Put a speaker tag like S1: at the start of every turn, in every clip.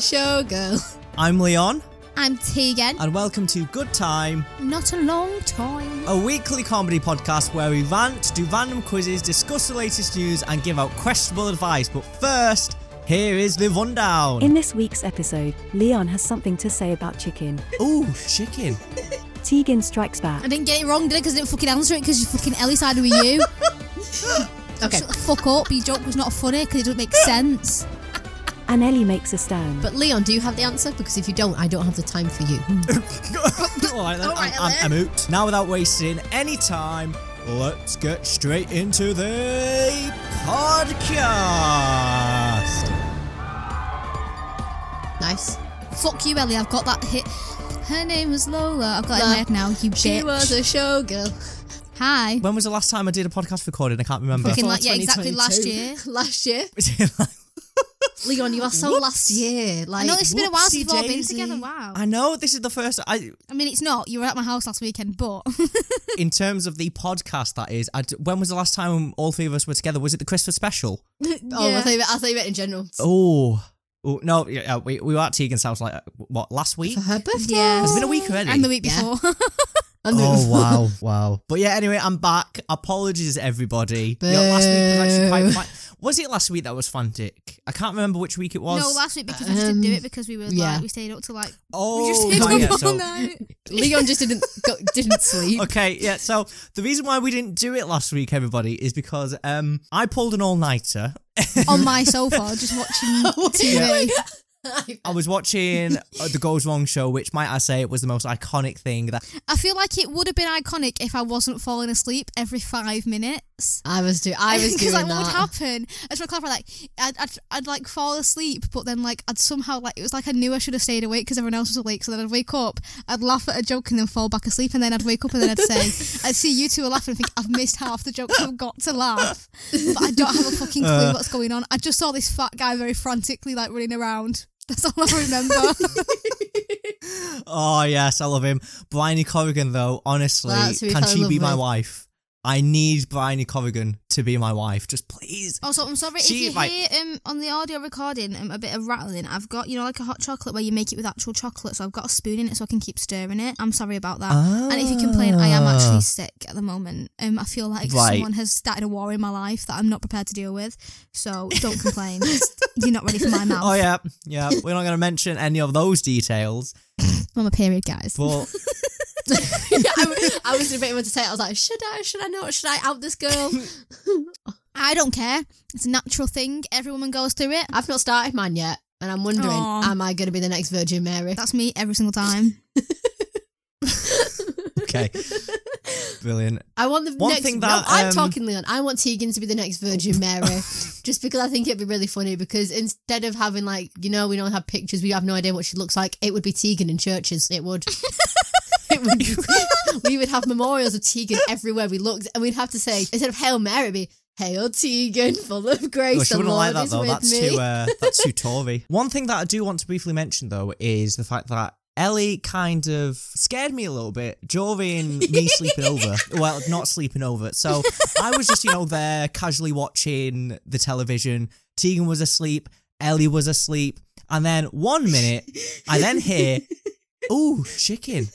S1: show go.
S2: I'm Leon,
S1: I'm Tegan.
S2: and welcome to Good Time,
S1: Not a long time.
S2: a weekly comedy podcast where we rant, do random quizzes, discuss the latest news, and give out questionable advice. But first, here is the rundown.
S3: In this week's episode, Leon has something to say about chicken.
S2: Ooh, chicken.
S3: Tegan strikes back.
S1: I didn't get it wrong, did I? Because I didn't fucking answer it because you fucking Ellie sided with you.
S4: Okay.
S1: Shut the fuck up. Your joke was not funny because it doesn't make sense.
S3: And Ellie makes a stand.
S4: But Leon, do you have the answer? Because if you don't, I don't have the time for you.
S2: All right, then,
S1: All right,
S2: I'm, I'm, I'm out. Now, without wasting any time, let's get straight into the podcast.
S4: Nice.
S1: Fuck you, Ellie. I've got that hit. Her name was Lola. I've got it in
S4: Lola.
S1: my head now. You bitch.
S4: She was a showgirl.
S1: Hi.
S2: When was the last time I did a podcast recording? I can't remember.
S1: Fucking
S4: Before
S1: like, yeah, exactly
S4: 2022.
S1: last year.
S4: last year, Leon, you are so
S2: Whoops.
S4: last year. Like,
S1: I know it's been a while since we've all been
S2: Whoopsie-daisy.
S1: together. Wow.
S2: I know this is the first. I
S1: I mean, it's not. You were at my house last weekend, but
S2: in terms of the podcast that is I d when was the last time all three of us were together was it the christmas special
S4: oh,
S1: Yeah.
S4: I thought you meant, I thought you meant in general.
S2: oh, oh no yeah, we, we were at tegan's house like uh, what last week
S4: For her birthday.
S1: yeah,
S2: Has it been a week already? Oh,
S1: and the week
S4: Yeah.
S1: before.
S4: And the-
S2: wow wow but yeah anyway i'm back apologies everybody You know, last week was actually quite
S4: Boo.
S2: fan- was it last week that was frantic i can't remember which week it was
S1: No, last week because we just didn't do
S4: Um,
S1: it because we were
S4: yeah.
S1: like we stayed up till like
S2: oh
S1: we just stayed
S2: right, yeah,
S1: up all
S2: so-
S1: night.
S4: Leon just didn't go, didn't sleep.
S2: okay yeah so the reason why we didn't do it last week everybody is because um i pulled an all-nighter
S1: on my sofa, just watching TV.
S2: I was watching uh, the Goes Wrong show, which might I say it was the most iconic thing that
S1: I feel like it would have been iconic if I wasn't falling asleep every five minutes.
S4: I was doing. I was doing
S1: like,
S4: that.
S1: what would happen? I just want to clarify, like, I'd, I'd, I'd like fall asleep, but then like I'd somehow like it was like I knew I should have stayed awake because everyone else was awake. So then I'd wake up, I'd laugh at a joke and then fall back asleep, and then I'd wake up and then I'd say, I'd see you two laughing and think I've missed half the jokes. I've got to laugh, but I don't have a fucking clue
S4: Uh.
S1: what's going on. I just saw this fat guy very frantically like running around. That's all I remember.
S2: Oh yes, I love him. Bryony Corrigan though, honestly,
S4: That's who we
S2: can
S4: fell in
S2: she
S4: love
S2: be my
S4: with.
S2: wife? I need Bryony Corrigan to be my wife. Just please.
S1: Also, I'm sorry
S2: She,
S1: if you
S2: like-
S1: hear um, on the audio recording um, a bit of rattling. I've got you know like a hot chocolate where you make it with actual chocolate, so I've got a spoon in it so I can keep stirring it. I'm sorry about that. And if you complain, I am actually sick at the moment. Um, I feel like
S2: Ah. Right.
S1: someone has started a war in my life that I'm not prepared to deal with. So don't complain. You're not ready for my mouth.
S2: Oh yeah, yeah. We're not going to mention any of those details,
S1: I'm a period, guys.
S2: but
S4: Yeah, I, w- I was debating what to say. I was like, should I? Should I not? Should I out this girl?
S1: I don't care. It's a natural thing. Every woman goes through it.
S4: I've not started mine yet, and I'm wondering,
S1: Aw.
S4: am I going to be the next Virgin Mary?
S1: That's me every single time.
S2: okay, brilliant.
S4: I want the
S2: One
S4: next.
S2: thing
S4: no,
S2: that, um,
S4: I'm talking, Leon. I want Tegan to be the next Virgin Mary, just because I think it'd be really funny. Because instead of having like, you know, we don't have pictures, we have no idea what she looks like. It would be Tegan in churches. It would. it would. Be, we would have memorials of Tegan everywhere we looked, and we'd have to say instead of "Hail Mary," it'd be "Hail Tegan, full of grace."
S2: Well, she
S4: the
S2: wouldn't like
S4: Lord
S2: that
S4: is
S2: though.
S4: with
S2: That's
S4: me.
S2: too uh, that's too Tory. One thing that I do want to briefly mention though is the fact that Ellie kind of scared me a little bit during me sleeping over. Well, not sleeping over. So I was just you know there casually watching the television. Tegan was asleep. Ellie was asleep. And then one minute, I then hear, "Ooh, chicken!"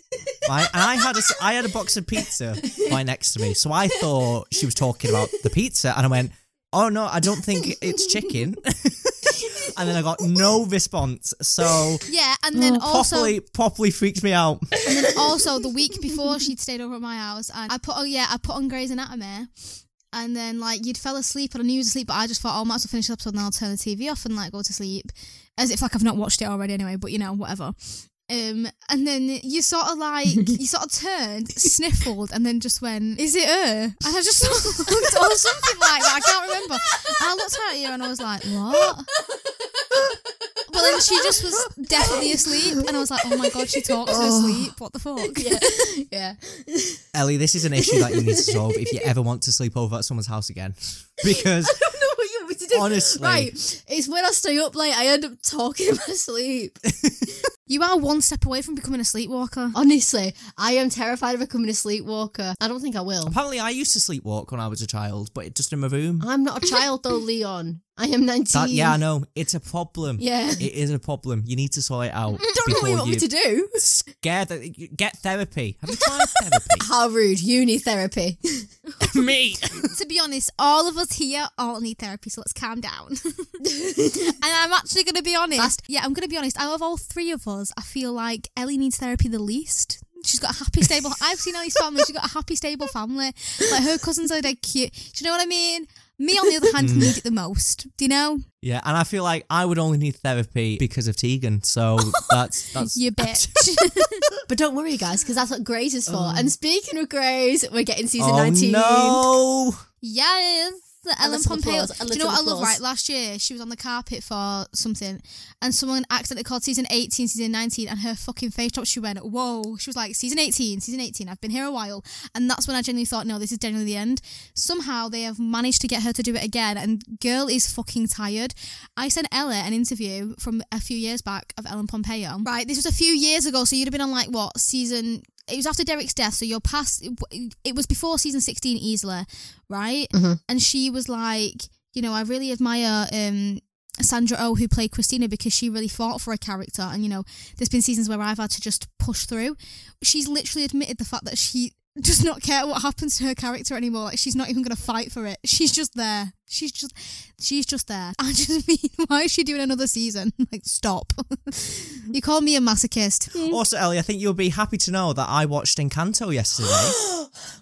S2: Right, and I had a, I had a box of pizza right next to me, so I thought she was talking about the pizza, and I went, "Oh no, I don't think it's chicken." and then I got no response, so
S1: Yeah, and
S2: Mm,
S1: then also
S2: properly properly freaked me out.
S1: And then also the week before she'd stayed over at my house, and I put oh yeah, I put on Grey's Anatomy, and then like you'd fell asleep, and I knew you was asleep, but I just thought oh, I might as well finish the episode, and then I'll turn the TV off and like go to sleep, as if like I've not watched it already anyway. But you know whatever. Um, and then you sort of like you sort of turned, sniffled, and then just went, "Is it her?" And I just looked or something like that. I can't remember. And I looked at you and I was like, "What?" But then she just was definitely asleep, and I was like, "Oh my god, she talks in her sleep. What the fuck?"
S4: yeah.
S2: Ellie, this is an issue that you need to solve if you ever want to sleep over at someone's house again, because
S4: don't know what you want me to do.
S2: Honestly.
S4: Right. It's when I stay up late, I end up talking in my sleep.
S1: You are one step away from becoming a sleepwalker.
S4: Honestly, I am terrified of becoming a sleepwalker. I don't think I will.
S2: Apparently, I used to sleepwalk when I was a child, but just in my room.
S4: I'm not a child though, Leon. I am 19.
S2: That, yeah, I know. It's a problem.
S4: Yeah.
S2: It is a problem. You need to sort it out.
S4: don't know what you
S2: before
S4: want me to do.
S2: Scared that you- get therapy. Have you tried therapy?
S4: How rude. Uni therapy.
S2: Me.
S1: to be honest, all of us here all need therapy, so let's calm down. and I'm actually going to be honest. Yeah, I'm going to be honest. Out of all three of us, I feel like Ellie needs therapy the least. She's got a happy, stable. I've seen Ellie's family. She's got a happy, stable family. Like her cousins are dead cute. Do you know what I mean? Me, on the other
S4: Mm.
S1: hand, need it the most. Do you know?
S2: Yeah, and I feel like I would only need therapy because of Tegan. So that's that's.
S1: You bitch.
S4: But don't worry, guys, because that's what Grays is for. and speaking of Grays, we're getting season
S2: oh
S4: 19.
S2: no!
S1: Yes. Ellen
S4: little
S1: Pompeo.
S4: applause, a
S1: Do you know
S4: little
S1: what I love?
S4: applause.
S1: Right, last year she was on the carpet for something, and someone accidentally called season eighteen, season nineteen, and her fucking face dropped. She went, "Whoa!" She was like, "Season eighteen, season eighteen. I've been here a while," and that's when I genuinely thought, "No, this is genuinely the end." Somehow they have managed to get her to do it again, and girl is fucking tired. I sent Ella an interview from a few years back of Ellen Pompeo. Right, this was a few years ago, so you'd have been on like what season? It was after Derek's death, so you're past. It was before season sixteen easily, right? and she was like, you know, I really admire um Sandra Oh who played Christina because she really fought for a character and you know, there's been seasons where I've had to just push through. She's literally admitted the fact that she does not care what happens to her character anymore. Like she's not even gonna fight for it. She's just there. She's just she's just there. I just mean, why is she doing another season? Like, stop. you call me a masochist.
S2: Also, Ellie, I think you'll be happy to know that I watched Encanto yesterday.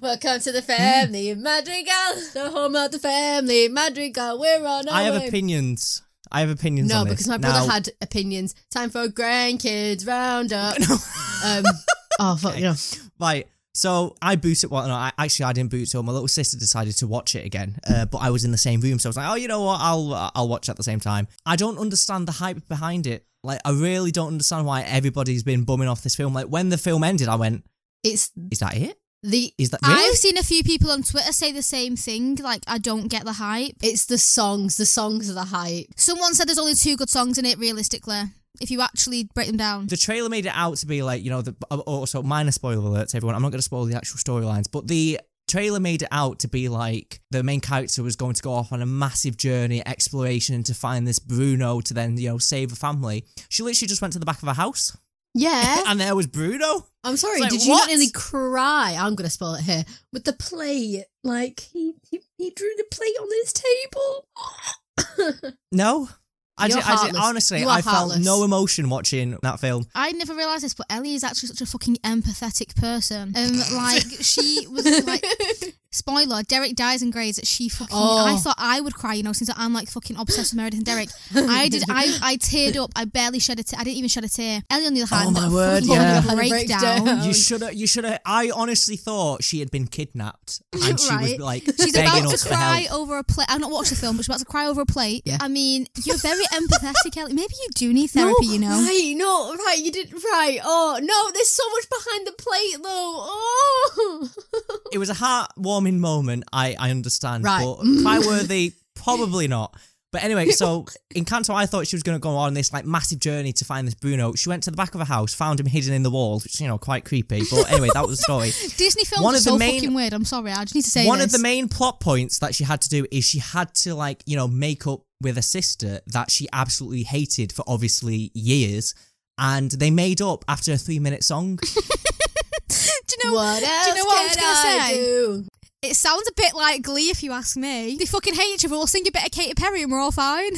S4: Welcome to the family of Madrigal, the home of the family Madrigal. We're on our
S2: I have
S4: way.
S2: opinions. I have opinions.
S4: No,
S2: on
S4: because
S2: it.
S4: my brother
S2: Now-
S4: had opinions. Time for grandkids roundup. um, oh fuck, you know.
S2: Right. So I booted. Well, no, I, actually, I didn't boot till my little sister decided to watch it again. Uh, but I was in the same room, so I was like, "Oh, you know what? I'll I'll watch at the same time." I don't understand the hype behind it. Like, I really don't understand why everybody's been bumming off this film. Like, when the film ended, I went,
S4: It's
S2: "Is that it?
S4: the
S2: Is that really?"
S1: I've seen a few people on Twitter say the same thing, like I don't get the hype.
S4: it's the songs. The songs are the hype.
S1: Someone said there's only two good songs in it, realistically, if you actually break them down.
S2: the trailer made it out to be like you know the also minor spoiler alerts everyone i'm not going to spoil the actual storylines but the trailer made it out to be like the main character was going to go off on a massive journey exploration to find this bruno to then you know save a family she literally just went to the back of a house
S4: Yeah,
S2: and there was bruno
S4: I'm sorry.
S2: It's like,
S4: did you
S2: what?
S4: not nearly cry? I'm gonna spoil it here with the plate. Like he he, he drew the plate on his table.
S2: no I,
S4: You're
S2: did, I did,
S4: heartless.
S2: honestly,
S4: You are
S2: I felt
S4: heartless.
S2: no emotion watching that film.
S1: I never realised this, but Ellie is actually such a fucking empathetic person. Um, like she was like spoiler, Derek dies and grades that she fucking
S4: Oh.
S1: I thought I would cry, you know, since I'm like fucking obsessed with Meredith and Derek. I did I I teared up, I barely shed a tear I didn't even shed a tear. Ellie on the other hand,
S2: Oh my
S1: had a
S2: word,
S1: fucking
S2: yeah.
S4: Had a
S1: breakdown.
S4: breakdown. Oh.
S2: You should have. You should have. I honestly thought she had been kidnapped, and she was
S1: Right.
S2: like
S1: She's
S2: begging
S1: about to
S2: us for
S1: cry
S2: help.
S1: over a plate. I've not watched the film, but she's about to cry over a plate.
S4: Yeah.
S1: I mean, you're very empathetic, Ellie. Maybe you do need therapy, you know.
S4: Right, no, right, you did right. Oh no, there's so much behind the plate though. Oh
S2: it was a heartwarming moment. I I understand,
S4: Right.
S2: but cry worthy probably not. But anyway, so in Canto, I thought she was going to go on this like massive journey to find this Bruno. She went to the back of a house, found him hidden in the walls, which you know quite creepy. But anyway, that was the story.
S1: Disney films
S2: One
S1: are
S2: of the
S1: so
S2: main-
S1: fucking weird. I'm sorry, I just need to say
S2: One
S1: this.
S2: of the main plot points that she had to do is she had to like you know make up with a sister that she absolutely hated for obviously years, and they made up after a three minute song.
S1: Do you know
S4: what else
S1: Do you know what I was
S4: can
S1: gonna
S4: I
S1: say?
S4: do?
S1: It sounds a bit like Glee, if you ask me. They fucking hate each other. We'll sing a bit of Katy Perry and we're all fine.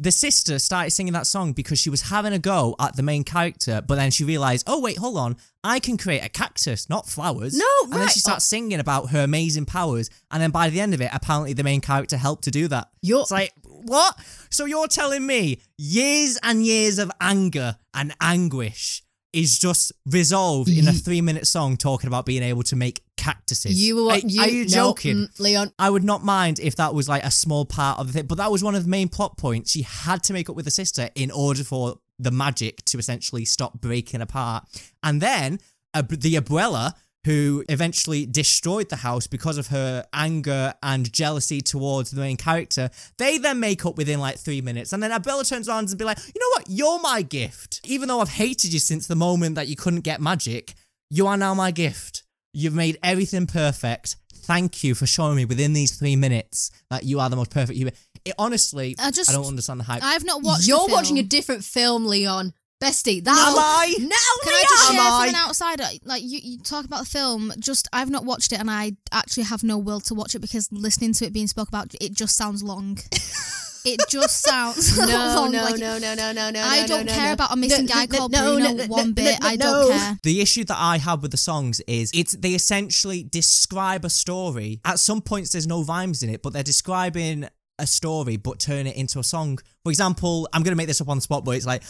S2: the sister started singing that song because she was having a go at the main character, but then she realized, oh wait, hold on, I can create a cactus, not flowers.
S4: No,
S2: and then
S4: right.
S2: she starts singing about her amazing powers, and then by the end of it, apparently the main character helped to do that.
S4: You're-
S2: it's like what? So you're telling me years and years of anger and anguish is just resolved in a three-minute song talking about being able to make cactuses?
S4: You were
S2: Are,
S4: you,
S2: are you
S4: no,
S2: joking?
S4: mm, Leon?
S2: I would not mind if that was like a small part of the thing, but that was one of the main plot points. She had to make up with the sister in order for the magic to essentially stop breaking apart. And then uh, the abuela who eventually destroyed the house because of her anger and jealousy towards the main character. They then make up within like three minutes. And then Abella turns around and be like, you know what? You're my gift. Even though I've hated you since the moment that you couldn't get magic, you are now my gift. You've made everything perfect. Thank you for showing me within these three minutes that you are the most perfect human. It, honestly,
S1: I
S2: I,
S1: just-
S2: don't understand the hype.
S1: I've not watched. the
S4: You're
S1: film.
S4: watching a different film, Leon. Bestie, that
S2: Am I?
S4: No,
S1: Can I just
S2: Am
S1: share
S2: I?
S1: from an outsider? Like you, you talk about the film. Just I've not watched it, and I actually have no will to watch it because listening to it being spoke about, it just sounds long. it just sounds
S4: no,
S1: long.
S4: no,
S1: like,
S4: no, no, no, no, no.
S1: I
S4: no,
S1: don't
S4: no,
S1: care
S4: no.
S1: about a missing
S4: No,
S1: guy
S4: no,
S1: called
S4: no,
S1: Bruno
S4: no, no,
S1: one
S4: no,
S1: bit.
S4: no,
S1: I
S4: no.
S1: don't care.
S2: The issue that I have with the songs is it's they essentially describe a story. At some points, there's no rhymes in it, but they're describing a story but turn it into a song. For example, I'm gonna make this up on the spot, but it's like.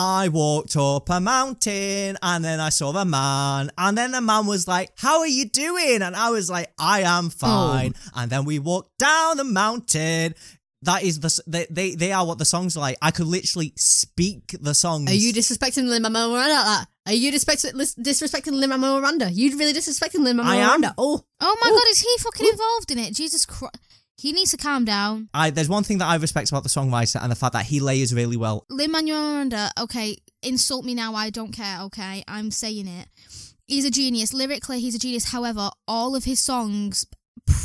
S2: I walked up a mountain and then I saw a man. And then the man was like, How are you doing? And I was like, I
S4: Hmm.
S2: am fine. And then we walked down the mountain. That is the, s- they, they, they are what the song's like. I could literally speak the songs.
S4: Are you disrespecting Lin Manuel Miranda like that? Are you disrespecting disrespecting Lin Manuel Miranda? You really disrespecting Lin Manuel
S2: I am.
S4: Miranda? Oh,
S1: Oh my
S4: Ooh.
S1: god, is he fucking involved in it? Jesus Christ, he needs to calm down.
S2: I there's one thing that I respect about the songwriter and the fact that he layers really well.
S1: Lin Manuel Miranda, okay, insult me now, I don't care, okay? I'm saying it. He's a genius. Lyrically, he's a genius. However, all of his songs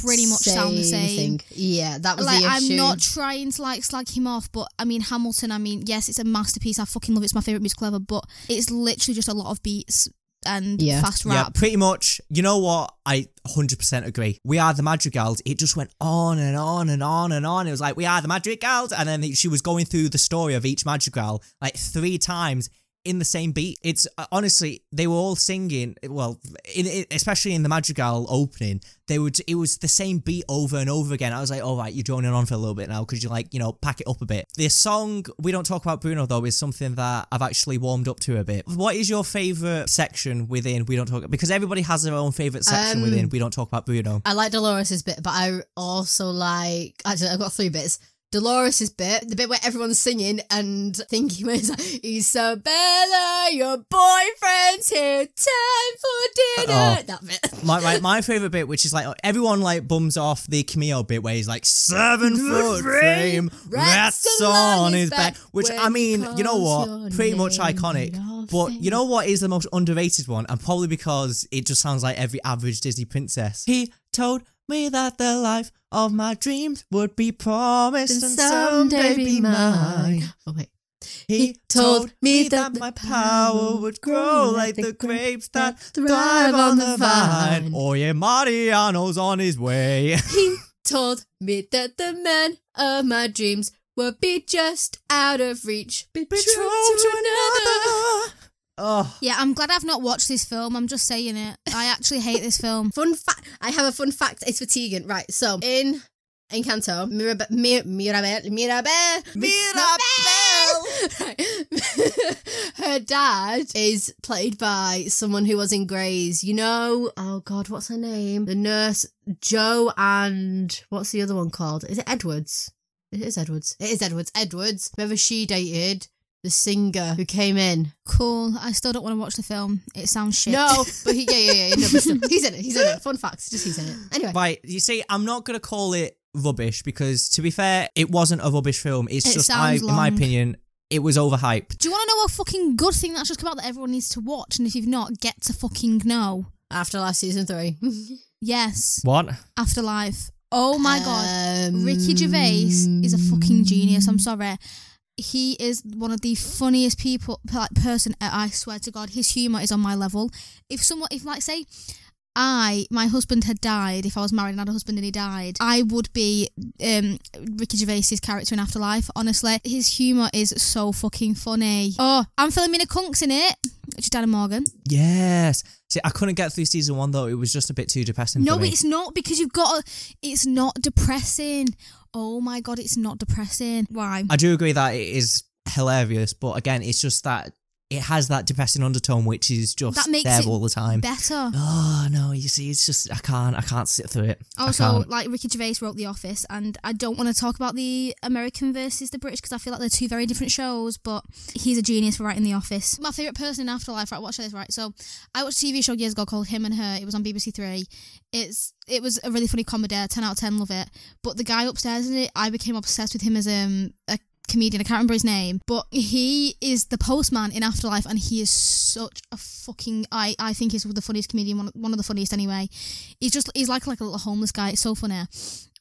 S1: pretty much sound the same.
S4: thing. Yeah, that was
S1: Like,
S4: the issue.
S1: I'm not trying to like slag him off, but I mean, Hamilton, I mean, yes, it's a masterpiece. I fucking love it. It's my favourite musical ever, but it's literally just a lot of beats and
S4: Yeah.
S1: fast
S2: Yeah,
S1: rap.
S2: pretty much. You know what? I 100% agree. We are the Madrigals. It just went on and on and on and on. It was like, we are the Madrigals. And then she was going through the story of each Madrigal like three times in the same beat. It's uh, honestly, they were all singing, well, in, in- especially in the Madrigal opening, they would, it was the same beat over and over again. I was like, all right, you're droning on for a little bit now because you like, you know, pack it up a bit. This song, We Don't Talk About Bruno, though, is something that I've actually warmed up to a bit. What is your favourite section within We Don't Talk? Because everybody has their own favourite section
S4: Um,
S2: within We Don't Talk About Bruno.
S4: I like Dolores's bit, but I also like. Actually, I've got three bits. Dolores's bit, the bit where everyone's singing and thinking, where it's like, Isabella, your boyfriend's here, time for dinner.
S2: Oh.
S4: That bit.
S2: my, my, my favorite bit, which is like everyone like bums off the Camille bit, where he's like seven foot frame, rats on his back. Which I
S4: when
S2: mean, you know
S4: calls
S2: what?
S4: your
S2: Pretty much
S4: name
S2: iconic.
S4: and I'll
S2: But
S4: say-
S2: you know what is the most underrated one, and probably because it just sounds like every average Disney princess. He told me that the life of my dreams would be promised and someday be mine.
S4: Oh, wait.
S2: He told me that my power would grow like the grapes that thrive on the vine. Oye Mariano's on his way.
S4: He told me that the man of my dreams would be just out of reach. Betrothed
S2: Betrothed
S4: to another.
S2: Oh,
S1: Yeah, I'm glad I've not watched this film. I'm just saying it. I actually hate this film.
S4: Fun fact. I have a fun fact. It's for Tegan. Right. So in Encanto, Mirab- Mir- Mirabel, Mirabel,
S2: Mirabel!
S4: Right. her dad is played by someone who was in Grey's. You know, oh God, what's her name? The nurse Joe and what's the other one called? Is it Edwards? It is Edwards. It is Edwards. Edwards. Whoever she dated, the singer who came in.
S1: Cool. I still don't want to watch the film. It sounds shit.
S4: No, but he, yeah, yeah, yeah. yeah, No, but still, he's in it. He's in it. Fun facts. Just he's in it. Anyway.
S2: right. You see, I'm not going to call it rubbish because, to be fair, it wasn't a rubbish film. It's
S1: It
S2: just, I,
S1: sounds
S2: in my
S1: long.
S2: opinion, it was overhyped.
S1: Do you want to know a fucking good thing that's just come out that everyone needs to watch? And if you've not, get to fucking know.
S4: after last season three.
S1: Yes,
S2: What?
S1: Afterlife. Oh my god,
S4: Um,
S1: Ricky Gervais is a fucking genius. I'm sorry, he is one of the funniest people, like person. uh, I swear to God, his humor is on my level. If someone, if like say. I, my husband had died. If I was married and had a husband and he died, I would be um, Ricky Gervais's character in Afterlife. Honestly, his humour is so fucking funny. Oh, and Philomena Kunk's in it, which is Dana Morgan.
S2: Yes. See, I couldn't get through season one, though. It was just a bit too depressing
S1: No,
S2: for me.
S1: it's not because you've got. A, it's not depressing. Oh my god, it's not depressing. Why?
S2: I do agree that it is hilarious, but again, it's just that it has that depressing undertone which is just
S1: That makes
S2: there
S1: it
S2: all the time.
S1: Better.
S2: oh no, you see, it's just I can't, I can't sit through it. I
S1: Also,
S2: can't.
S1: like Ricky Gervais wrote The Office, and I don't want to talk about the American versus the British because I feel like they're two very different shows. But he's a genius for writing The Office. My favorite person in Afterlife, right? Watch this, right? So I watched a TV show years ago called Him and Her. It was on BBC Three. It's it was a really funny comedy. Ten out of ten, love it. But the guy upstairs in it, I became obsessed with him as um, a comedian. I can't remember his name, but he is the postman in Afterlife, and he is such a fucking. I I think he's the funniest comedian, one, one of the funniest anyway. He's just he's like like a little homeless guy. It's so funny.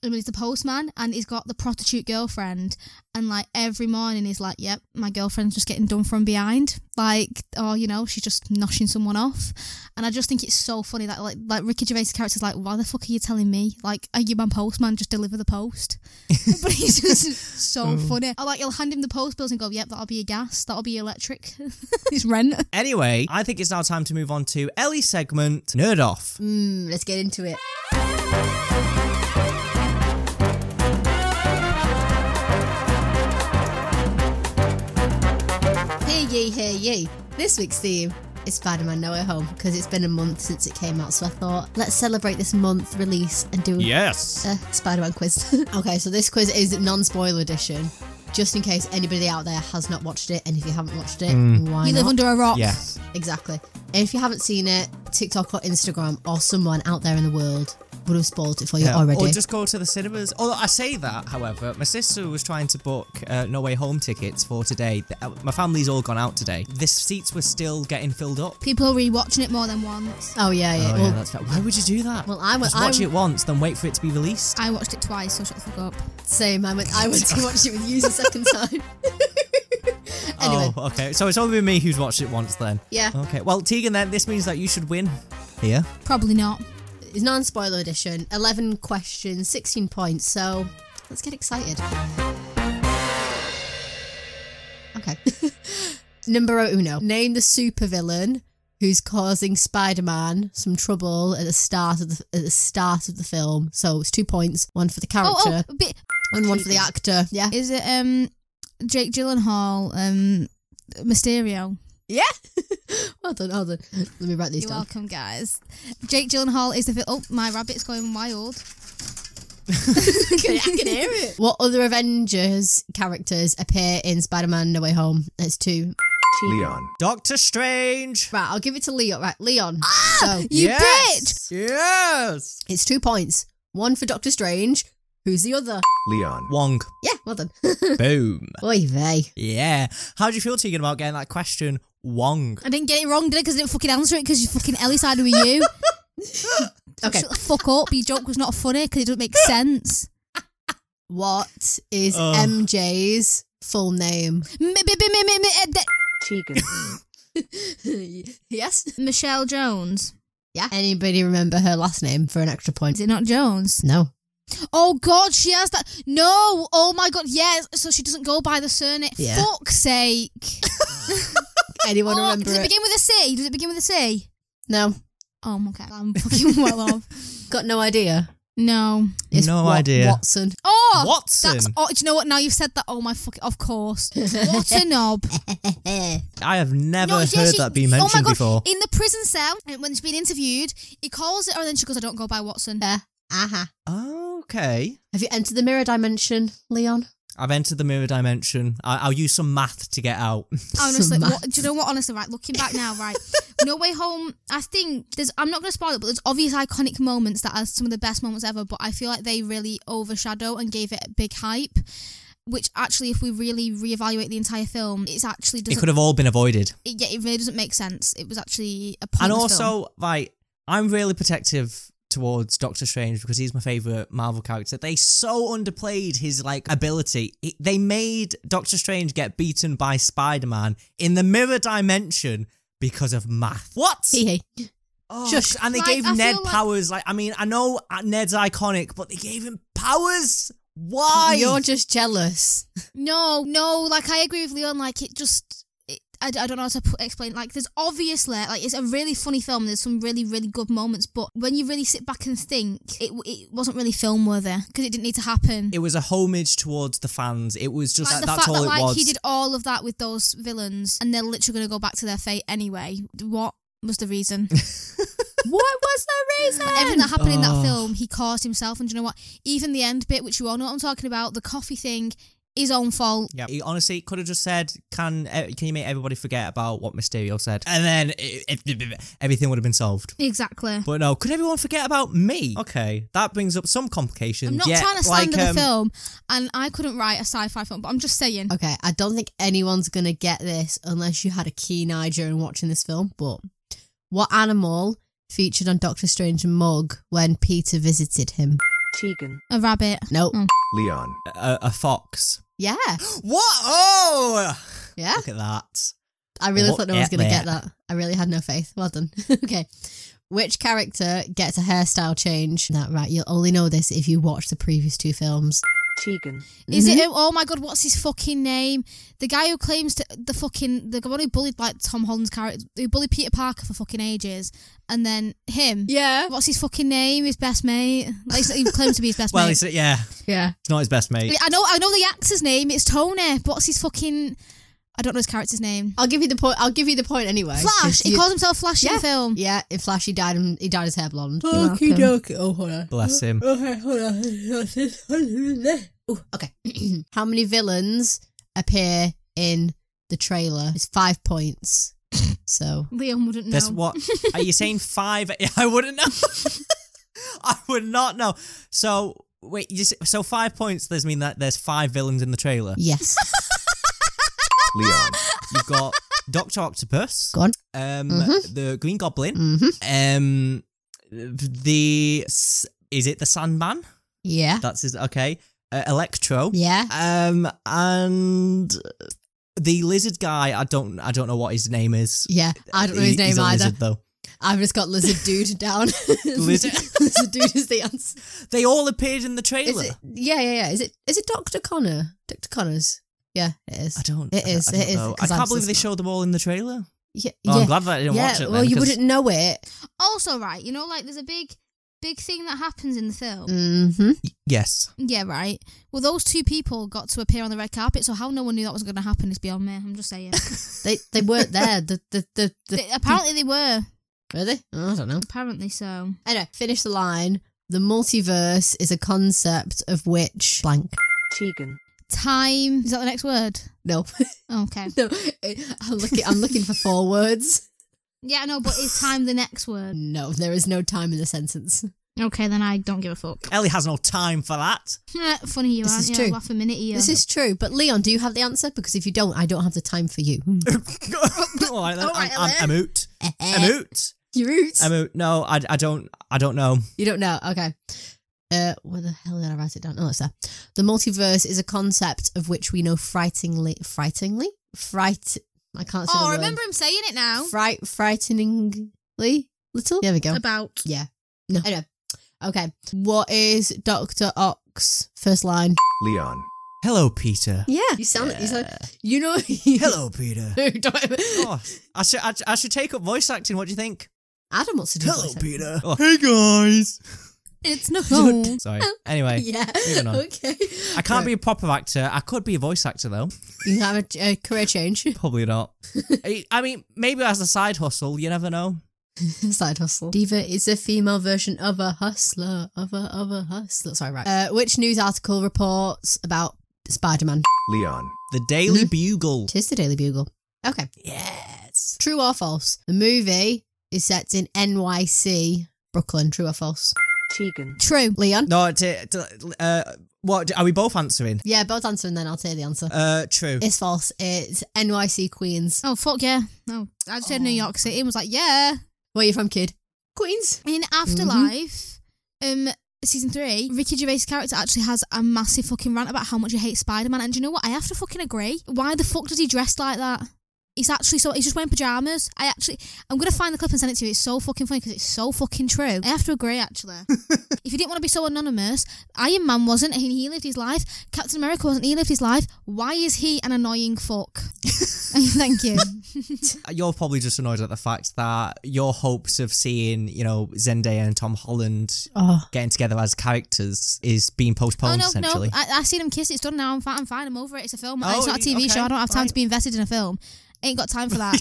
S1: I mean, he's the postman, and he's got the prostitute girlfriend, and like every morning he's like, "Yep, my girlfriend's just getting done from behind, like, or you know, she's just noshing someone off." And I just think it's so funny that like like Ricky Gervais' character's like, "Why the fuck are you telling me? Like, are you my postman? Just deliver the post." but he's just so funny. I like he'll hand him the post bills and go, "Yep, that'll be your gas, that'll be your electric, his rent."
S2: Anyway, I think it's now time to move on to Ellie's segment, Nerd Off.
S4: Mm, let's get into it. Hey ye, hey ye. This week's theme is Spider Man No Way Home because it's been a month since it came out, so I thought let's celebrate this month release and do
S2: Yes.
S4: a Spider Man quiz. okay, so this quiz is non spoiler edition. Just in case anybody out there has not watched it, and if you haven't watched it, why
S1: You
S4: not?
S1: live under a rock.
S2: Yeah.
S4: Exactly. And if you haven't seen it, TikTok or Instagram or someone out there in the world would have spoiled it for you
S2: Yeah,
S4: already.
S2: Or just go to the cinemas. Although I say that, however, my sister was trying to book uh, No Way Home tickets for today. Th- uh, My family's all gone out today. The seats were still getting filled up.
S1: People are rewatching it more than once.
S4: oh yeah, yeah.
S2: Oh,
S4: well,
S2: yeah, that's fair. Why would you do that?
S4: Well, I wa-
S2: Just watch
S4: I-
S2: it once, then wait for it to be released.
S1: I watched it twice, so shut the fuck up.
S4: same. I went. I went to watch it with you the second time. anyway,
S2: Oh, okay. So it's only been me who's watched it once then.
S4: Yeah.
S2: Okay. Well, Tegan, then this means that you should win. Here.
S1: Probably not.
S4: it's non-spoiler edition. Eleven questions, sixteen points. So let's get excited. Okay. Number uno. Name the supervillain who's causing Spider-Man some trouble at the start of the at the start of the film. So it's two points, one for the
S1: Oh,
S4: character.
S1: oh, bi-
S4: and one for the actor. Yeah.
S1: is it um Jake Gyllenhaal, um Mysterio?
S4: Yeah. well done. Hold on. Let me write these
S1: You're
S4: down.
S1: welcome, guys. Jake Gyllenhaal is the vi- oh my rabbit's going wild.
S4: I can hear it. What other Avengers characters appear in Spider Man No Way Home? It's two.
S5: Leon.
S2: Doctor Strange.
S4: Right, I'll give it to Leon. Right, Leon.
S1: Ah!
S4: so
S1: You
S2: yes! Yes.
S4: it's two points. One for Doctor Strange. Who's the other?
S5: Leon.
S2: Wong.
S4: Yeah, well done.
S2: Boom.
S4: Oy vey.
S2: Yeah. How do you feel, Tegan, about getting that question wrong?
S1: bitch! I didn't get it wrong, did I? Because I didn't fucking answer it because you fucking Ellie sided with you.
S4: Okay.
S1: Shut the fuck up. Your joke was not funny because it doesn't make sense.
S4: What is
S2: Oh.
S4: MJ's full name?
S1: M- m- m- m- m- uh, de-
S3: Tegan.
S4: yes.
S1: Michelle Jones.
S4: Yeah. Anybody remember her last name for an extra
S1: Is
S4: point?
S1: it not Jones?
S4: No.
S1: Oh God, she has that. No. Oh my God. Yes. So she doesn't go by the surname.
S4: Yeah.
S1: Fuck's sake.
S4: Anyone
S1: Oh,
S4: remember
S1: does it,
S4: it?
S1: begin with a C? Does it begin with a C?
S4: No.
S1: Oh, I'm okay. I'm fucking well off.
S4: Got no idea.
S1: No.
S2: No
S4: Wa-
S2: idea.
S4: Watson.
S1: Oh,
S2: Watson.
S1: That's, oh, do you know what? Now you've said that. Oh my fuck! Of course. What a knob. Eh,
S2: I have never
S1: No, yeah,
S2: heard
S1: she-
S2: that being mentioned
S1: oh my God.
S2: before.
S1: In the prison cell, and when she's being interviewed, he calls it, oh, and then she goes, "I don't go by Watson."
S4: Uh,
S1: uh-huh.
S4: aha.
S2: Okay.
S4: Have you entered the mirror dimension, Leon?
S2: I've entered the mirror dimension. I- I'll use some math to get out.
S1: Honestly,
S4: Smart.
S1: what, do you know what? Honestly, right. Looking back now, right. no way home. I think there's. I'm not going to spoil it, but there's obvious iconic moments that are some of the best moments ever. But I feel like they really overshadow and gave it a big hype. Which actually, if we really reevaluate the entire film, it's actually
S2: it
S1: doesn't.
S2: could have all been avoided.
S1: It, yeah, it really doesn't make sense. It was actually a pointless
S2: and
S1: film.
S2: also, like, I'm really protective towards Doctor Strange because he's my favorite Marvel character. They so underplayed his like ability. It- they made Doctor Strange get beaten by Spider-Man in the mirror dimension because of math. What?
S4: Hee hee.
S2: Oh,
S4: Shush.
S2: and they
S1: Like,
S2: gave
S1: I
S2: Ned
S1: feel like-
S2: powers. Like, I mean, I know uh, Ned's iconic, but they gave him powers. Why?
S4: You're just jealous.
S1: no, no. Like I agree with Leon. Like it just. It, I, d- I don't know how to put, explain. Like, there's obviously like it's a really funny film. There's some really really good moments, but when you really sit back and think, it w- it wasn't really film worthy because it didn't need to happen.
S2: It was a homage towards the fans. It was just
S1: like
S2: that,
S1: the
S2: that's
S1: fact
S2: all
S1: that
S2: it
S1: like
S2: was.
S1: he did all of that with those villains, and they're literally going to go back to their fate anyway. What was the reason?
S4: what was the reason?
S1: Everything that happened in that
S2: Oh.
S1: film, he caused himself. And do you know what? Even the end bit, which you all know what I'm talking about, the coffee thing, his own fault.
S2: Yeah, he honestly could have just said, "Can eh, can you make everybody forget about what Mysterio said?" And then eh, eh, eh, eh, everything would have been solved.
S1: Exactly.
S2: But no, could everyone forget about me? Okay, that brings up some complications.
S1: I'm not
S2: Yeah,
S1: trying to
S2: like,
S1: slander
S2: um,
S1: the film, and I couldn't write a sci-fi film, but I'm just saying.
S4: Okay, I don't think anyone's gonna get this unless you had a keen eye during watching this film. But what animal featured on Doctor Strange and Mug when Peter visited him?
S3: Tegan.
S1: A rabbit.
S4: Nope.
S1: Mm.
S5: Leon.
S2: A, a fox.
S4: Yeah,
S2: What? Oh,
S4: yeah.
S2: look at that.
S4: I really
S2: What
S4: thought no one was
S2: at
S4: gonna
S2: me?
S4: get that. I really had no faith. Well done. okay. Which character gets a hairstyle change? That right. You'll only know this if you watch the previous two films.
S3: Tegan.
S1: Is it? Oh my god, what's his fucking name? The guy who claims to the fucking the one who bullied like Tom Holland's character, who bullied Peter Parker for fucking ages, and then him.
S4: Yeah.
S1: What's his fucking name? His best mate. Like, he claims to be his best
S2: Well,
S1: mate.
S2: he's yeah,
S4: Yeah.
S2: he's not his best mate.
S1: I know. I know the actor's name. It's Tony. What's his fucking? I don't know his character's name.
S4: I'll give you the point. I'll give you the point anyway.
S1: Flash.
S4: 'cause
S1: He
S4: you-
S1: calls himself Flash in the film.
S4: Yeah, in Flash, he dyed him. He dyed his hair blonde.
S1: You're welcome.
S4: dokie. Oh, hold on.
S2: Bless him.
S4: Okay, hold on. Okay. How many villains appear in the trailer? It's five points. So
S1: Leon wouldn't know.
S2: That's what are you saying? Five? I wouldn't know. I would not know. So wait, you, s- so five points? Does mean that there's five villains in the trailer?
S4: yes,
S5: Leon.
S2: You've got Doctor Octopus,
S4: go on.
S2: um,
S4: Mhm.
S2: the Green Goblin,
S4: hmm
S2: um, the s- is it the Sandman?
S4: Yeah,
S2: That's his okay. Uh, Electro,
S4: yeah.
S2: um, and the lizard guy. I don't, I don't know what his name is.
S4: Yeah, I don't know his
S2: He- he's
S4: name
S2: a
S4: either.
S2: lizard, though.
S4: I've just got lizard dude down.
S2: Lizard-
S4: lizard dude is the answer.
S2: They all appeared in the
S4: Is
S2: trailer.
S4: it? Yeah, yeah, yeah. Is it? Is it Doctor Connor? Doctor Connors. Yeah, it is.
S2: I don't.
S4: It
S2: I don't-
S4: is,
S2: I don't
S4: it is,
S2: know.
S4: 'cause
S2: I
S4: I'm
S2: can't believe
S4: so
S2: they
S4: smart.
S2: showed them all in the trailer.
S4: Yeah,
S2: Oh,
S4: yeah.
S2: I'm glad that I didn't
S4: yeah.
S2: watch it.
S4: well,
S2: then,
S4: you
S2: 'cause-
S4: wouldn't know it.
S1: Also, right. You know, like there's a big, big thing that happens in the film.
S4: Mm-hmm.
S2: Yes.
S1: Yeah, right. Well, those two people got to appear on the red carpet, so how no one knew that was going to happen is beyond me. I'm just saying.
S4: They they weren't there. The the the, the
S1: They- apparently, they were.
S4: were they? I don't know.
S1: Apparently, so.
S4: Anyway, finish the line. The multiverse is a concept of which blank.
S3: Tegan.
S1: Time. Is that the next word? Oh,
S4: No,
S1: Okay.
S4: no. I'm looking. I'm looking for four words.
S1: Yeah, no, but is time the next word?
S4: No, there is no time in the sentence.
S1: Okay, then I don't give a fuck.
S2: Ellie has no time for that.
S1: Eh, Funny you
S4: This
S1: aren't.
S4: is
S1: you
S4: true.
S1: Laugh a minute here.
S4: This is true. But Leon, do you have the answer? Because if you don't, I don't have the time for you.
S2: all right, then.
S1: All right,
S2: I'm, I'm, I'm out. I'm out.
S4: Your roots.
S2: I'm out. No, I, I don't. I don't know.
S4: You don't know. Okay. Uh, where the hell did I write it down? Oh, it's there. The multiverse is a concept of which we know frighteningly, frighteningly, fright. I can't say. the
S1: oh, I
S4: word.
S1: remember him saying it now.
S4: Fright, frighteningly little. There we go.
S1: About.
S4: No. Anyway. Okay. What is Doctor Ox first line?
S5: Leon.
S2: Hello, Peter.
S4: Yeah. You sound. You, sound, you know.
S2: Hello, Peter.
S4: No, don't ever-
S2: Oh, I should. I, I should take up voice acting. What do you think?
S4: Adam wants to do. voice
S2: Hello,
S4: acting.
S2: Peter. Oh, hey, guys. Oh.
S1: It's not.
S2: Sorry. Anyway,
S4: Yeah.
S2: Moving on.
S4: Okay.
S2: I can't be a proper actor. I could be a voice actor though.
S4: You can have a, a career change.
S2: Probably not. I I mean, maybe as a side hustle. You never know.
S4: Side hustle. Diva is a female version of a hustler, of a of a hustler. Sorry, right. Uh, which news article reports about Spider Man?
S5: Leon.
S2: The Daily Bugle.
S4: Tis the Daily Bugle. Okay.
S2: Yes.
S4: True or false? The movie is set in NYC, Brooklyn. True or false?
S3: Tegan.
S4: True. Leon?
S2: No, t- t- uh, what are we both answering?
S4: Yeah, both answer and then I'll say the answer.
S2: Uh, true.
S4: it's false. It's NYC Queens.
S1: Oh, fuck yeah. No. I just said New York City and was like, yeah.
S4: Where you from, kid? Queens.
S1: In Afterlife, um, season three, Ricky Gervais' character actually has a massive fucking rant about how much he hates Spider Man. And do you know what? I have to fucking agree. Why the fuck does he dress like that? He's actually so he's just wearing pajamas. I actually I'm gonna find the clip and send it to you. It's so fucking funny because it's so fucking true. I have to agree actually. if you didn't want to be so anonymous, Iron Man wasn't and he lived his life. Captain America wasn't. He lived his life. Why is he an annoying fuck? Thank you.
S2: You're probably just annoyed at the fact that your hopes of seeing, you know, Zendaya and Tom Holland
S4: Oh,
S2: getting together as characters is being
S1: Oh
S2: postponed
S1: no, no!
S2: essentially.
S1: I, I've seen him kiss. It's done now. I'm fine. I'm fine. I'm over it. It's a film.
S2: Oh,
S1: it's not a TV show.
S2: okay,
S1: I don't have time
S2: fine. Oh
S1: to be invested in a film. Ain't got time for that.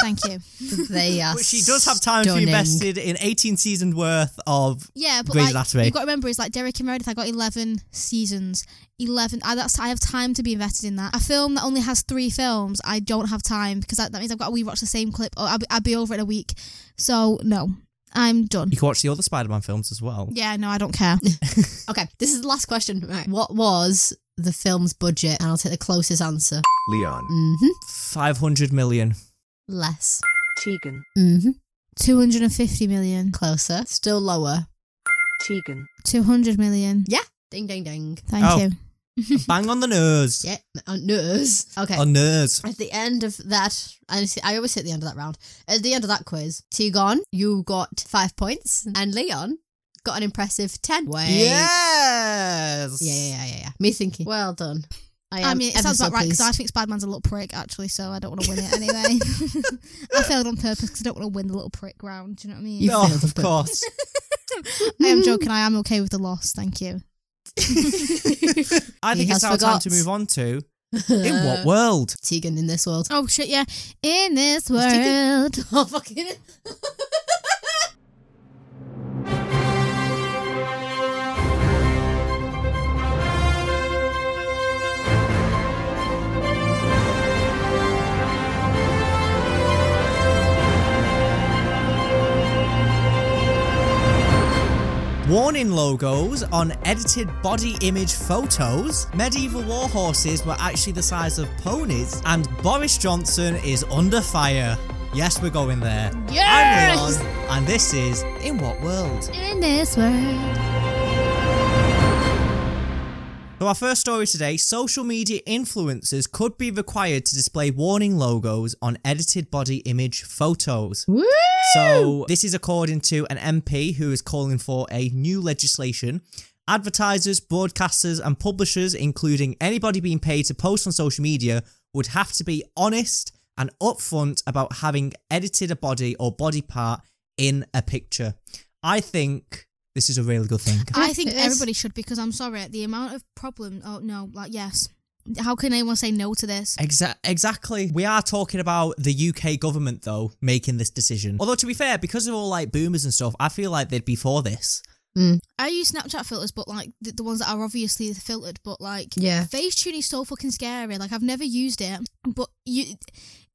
S1: Thank you.
S4: they are.
S2: But she does have time to
S4: stunning.
S2: be invested in 18 seasons worth of
S1: Yeah, but
S2: Grey's
S1: like
S2: Anatomy.
S1: you've got to remember, it's like Derek and Meredith. I got eleven seasons. Eleven. I, that's I have time to be invested in that. A film that only has three films, I don't have time because that, that means I've got to rewatch the same clip. Or I'll be, I'll be over it in a week. So no, I'm done.
S2: You can watch the other Spider Man films as well.
S1: Yeah, no, I don't care.
S4: Okay, this is the last question. Right, what was the film's budget? And I'll take the closest answer.
S5: Leon,
S4: hmm
S2: 500 million.
S4: Less.
S3: Tegan.
S4: hmm
S1: Two hundred and fifty million.
S4: Closer. Still lower.
S3: Tegan.
S1: Two hundred million.
S4: Ding, ding, ding.
S1: Thank
S2: Oh.
S1: you.
S2: Bang on the nose.
S4: Yeah, on nose. Okay.
S2: On nose.
S4: At the end of that, I see- I always hit the end of that round. At the end of that quiz, Tegon, you got five points, and Leon got an impressive ten. Wait.
S2: Yes.
S4: Yeah, yeah, yeah, yeah, yeah. Me thinking. Well done. I,
S1: I
S4: am
S1: mean, it
S4: ever
S1: sounds
S4: so
S1: about right because I
S4: pleased.
S1: think Spider Man's a little prick, actually, so I don't want to win it anyway. I failed on purpose because I don't want to win the little prick round. Do you know what I mean?
S4: You
S2: Oh,
S4: failed,
S2: of
S4: but-
S2: course.
S1: I am joking. I am okay with the loss. Thank you.
S2: I
S4: He
S2: think
S4: has
S2: it's our time to
S4: forgot.
S2: move on to In What World?
S4: Tegan in this world.
S1: Oh shit! Yeah, in this
S4: Taken-
S1: world.
S4: Oh fucking!
S2: Warning logos on edited body image photos. Medieval war horses were actually the size of ponies. And Boris Johnson is under fire. Yes, we're going there.
S1: Yes!
S2: I'm Leon, and this is In What World?
S1: In this world.
S2: So our first story today, social media influencers could be required to display warning logos on edited body image photos. So this is according to an MP who is calling for a new legislation. Advertisers, broadcasters and publishers, including anybody being paid to post on social media, would have to be honest and upfront about having edited a body or body part in a picture. I think this is a really good thing.
S1: I think
S4: It is.
S1: everybody should because I'm sorry, the amount of problem. Oh no, like yes. How can anyone say no to this?
S2: Exa- exactly. We are talking about the UK government, though, making this decision. Although, to be fair, because they're all like boomers and stuff, I feel like they'd be for this.
S1: I use Snapchat filters, but like the, the ones that are obviously filtered, but like
S4: Yeah.
S1: Facetune is so fucking scary. Like I've never used it, but you,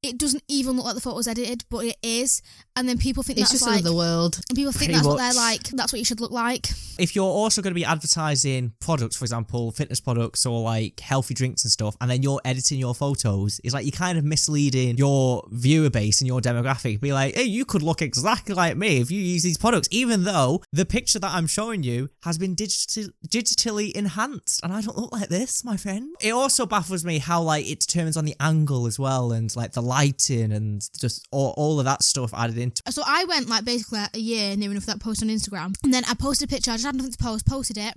S1: it doesn't even look like the photo's edited, but it is. And then people think
S4: It's
S1: that's
S4: just
S1: like
S4: another world.
S1: people think
S2: Pretty
S1: that's what
S2: much.
S1: they're like. That's what you should look like.
S2: If you're also going to be advertising products, for example, fitness products or like healthy drinks and stuff, and then you're editing your photos, it's like you're kind of misleading your viewer base and your demographic. Be like, hey, you could look exactly like me if you use these products, even though the picture that I'm showing you has been digiti- digitally enhanced, and I don't look like this, my friend. It also baffles me how like it determines on the angle as well, and like the lighting and just all, all of that stuff added into
S1: So I went like basically a year near enough that post on Instagram, and then I posted a picture. I just had nothing to post. Posted it.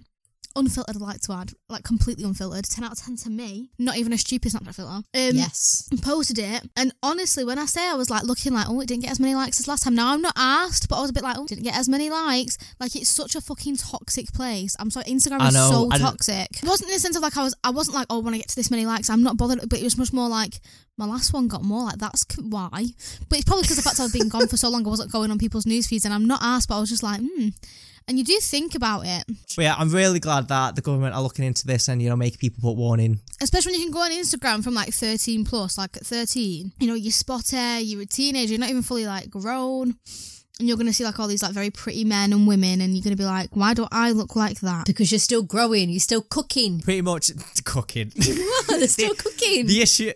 S1: Unfiltered, I'd like to add, like completely unfiltered. 10 out of 10 to me. Not even a stupid Snapchat filter. Um,
S4: Yes.
S1: posted it and honestly when I say I was like looking like oh it didn't get as many likes as last time now I'm not asked but I was a bit like oh didn't get as many likes like it's such a fucking toxic place I'm sorry Instagram
S2: I
S1: is
S2: know,
S1: so
S2: I didn't-
S1: toxic it wasn't in the sense of like I was I wasn't like oh when I get to this many likes I'm not bothered but it was much more like my last one got more like that's c- why but it's probably because the fact I've been gone for so long I wasn't going on people's news feeds and I'm not asked but I was just like hmm and you do think about it
S2: But yeah, I'm really glad that the government are looking into this and you know making people put warning.
S1: especially when you can go on Instagram from like 13 plus, like at 13, you know, you're spot hair, you're a teenager, you're not even fully like grown. And you're gonna see like all these like very pretty men and women, and you're gonna be like, why do I look like that?
S4: Because you're still growing. You're still cooking.
S2: Pretty much cooking.
S4: They're still cooking.
S2: the issue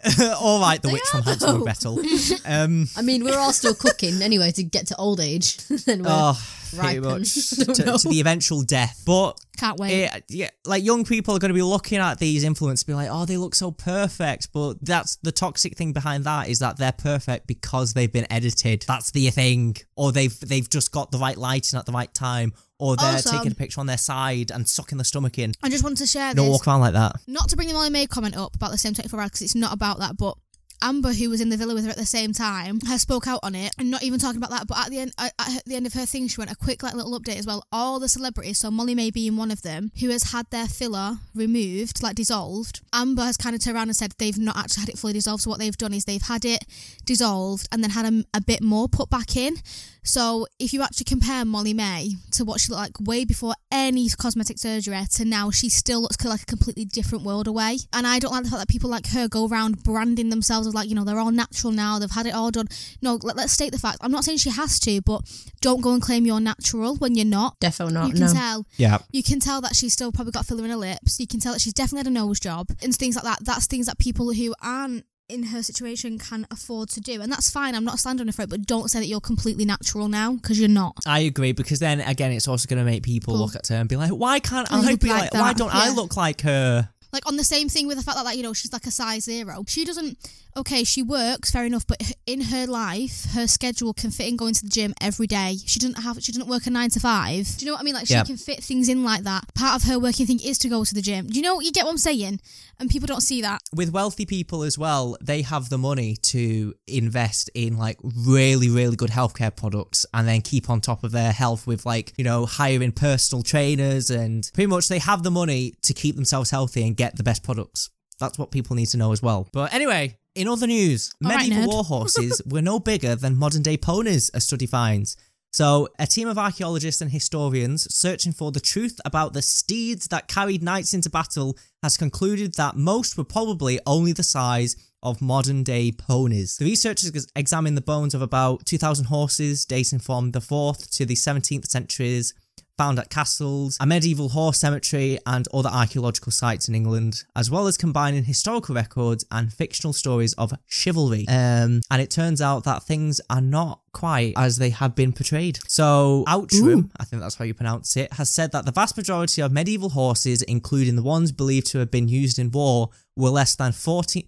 S2: All right, the witch from Hansel Gretel. Um,
S4: I mean, we're all still cooking anyway to get to old age. then we're
S2: oh, pretty
S4: ripen.
S2: much
S4: I don't
S2: to,
S4: know.
S2: to the eventual death. But
S1: Can't wait.
S2: it, yeah, like young people are going to be looking at these influencers, and be like, "Oh, they look so perfect." But that's the toxic thing behind that is that they're perfect because they've been edited. That's the thing, or they've they've just got the right lighting at the right time, or they're
S1: Also-
S2: taking a picture on their side and sucking the stomach in.
S1: I just wanted to share
S2: Don't
S1: this.
S2: walk around like that.
S1: Not to bring the Molly May comment up about the same 24 hours because it's not about that, but Amber, who was in the villa with her at the same time, has spoke out on it and not even talking about that. But at the end, at at the end of her thing, she went a quick like little update as well. All the celebrities, so Molly May being one of them, who has had their filler removed, like dissolved. Amber has kind of turned around and said they've not actually had it fully dissolved. So what they've done is they've had it dissolved and then had a, a bit more put back in. So if you actually compare Molly May to what she looked like way before any cosmetic surgery to now, she still looks like a completely different world away. And I don't like the fact that people like her go around branding themselves as like, you know, they're all natural now, they've had it all done. No, let, let's state the fact. I'm not saying she has to, but don't go and claim you're natural when you're not.
S4: defo
S1: you
S4: not.
S1: can
S4: No.
S1: tell
S2: Yeah,
S1: you can tell that she's still probably got filler in her lips. You can tell that she's definitely had a nose job and things like that. That's things that people who aren't in her situation can afford to do, and that's fine. I'm not slandering her for it, but don't say that you're completely natural now because you're not.
S2: I agree because then again, it's also going to make people
S1: Cool.
S2: look at her and be like, "Why can't
S1: I
S2: I
S1: look
S2: be
S1: like
S2: like?
S1: that,
S2: why don't I
S1: yeah.
S2: look like her?"
S1: Like on the same thing with the fact that like you know she's like a size zero. She doesn't. Okay, she works fair enough, but h- in her life, her schedule can fit in going to the gym every day. She doesn't have. She doesn't work a nine to five. Do you know what I mean? Like she
S2: Yeah.
S1: can fit things in like that. Part of her working thing is to go to the gym. Do you know? You get what I'm saying? And people don't see that.
S2: with wealthy people as well, they have the money to invest in like really, really good healthcare products and then keep on top of their health with like, you know, hiring personal trainers and pretty much they have the money to keep themselves healthy and get the best products. That's what people need to know as well. But anyway, in other news,
S1: All right,
S2: medieval
S1: nerd.
S2: war horses were no bigger than modern day ponies, a study finds. So, a team of archaeologists and historians searching for the truth about the steeds that carried knights into battle has concluded that most were probably only the size of modern day ponies. The researchers ex- examined the bones of about 2,000 horses dating from the 4th to the 17th centuries, found at castles, a medieval horse cemetery, and other archaeological sites in England, as well as combining historical records and fictional stories of chivalry. Um, and it turns out that things are not quite as they have been portrayed. So, Outram, I think that's how you pronounce it, has said that the vast majority of medieval horses, including the ones believed to have been used in war, were less than 14.